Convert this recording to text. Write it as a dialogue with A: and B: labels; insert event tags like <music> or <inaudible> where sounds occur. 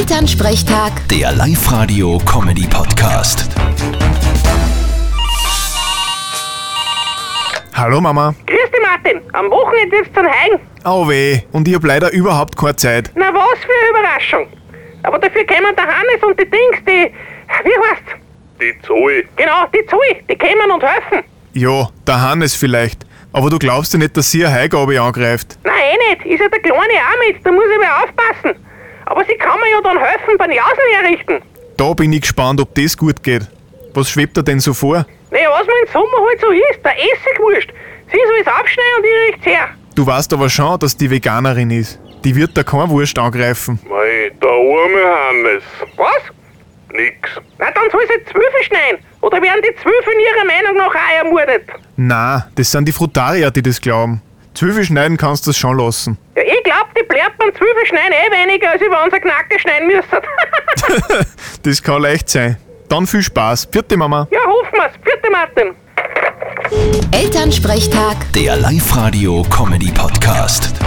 A: Elternsprechtag,
B: Der Live-Radio-Comedy-Podcast.
C: Hallo Mama.
D: Grüß dich, Martin. Am Wochenende wirfst du einen Heigen.
C: Au weh, und ich hab leider überhaupt keine Zeit.
D: Na, was für eine Überraschung. Aber dafür kämen der Hannes und die Dings, die. Wie heißt?
E: Die Zoe.
D: Genau, die Zoe. Die kämen und helfen.
C: Ja, der Hannes vielleicht. Aber du glaubst ja nicht, dass sie eine Heigabe angreift.
D: Nein, eh nicht. Ist ja der Kleine auch mit. Da muss ich mal aufpassen. Aber sie kann mir ja dann helfen beim Jausen herrichten.
C: Da bin ich gespannt, ob das gut geht. Was schwebt dir denn so vor?
D: Naja, was mir im Sommer halt so ist. Der Essigwurst. Sie soll es abschneiden und ich richt's her.
C: Du weißt aber schon, dass die Veganerin ist. Die wird da keine Wurst angreifen.
E: Mei, der arme Hannes.
D: Was?
E: Nix.
D: Na, dann soll sie Zwölfe schneiden. Oder werden die Zwölfe in ihrer Meinung nach auch ermordet?
C: Na, das sind die Frutarier, die das glauben. Zwiebel schneiden kannst du das schon lassen.
D: Ja, ich glaub, die bleibt beim Zwölfe schneiden eh weniger, als über unser Knacker schneiden müssen. <laughs>
C: Das kann leicht sein. Dann viel Spaß. Vierte Mama.
D: Ja, hoffen wir's. Vierte Martin.
A: Elternsprechtag.
B: Der Live-Radio-Comedy-Podcast.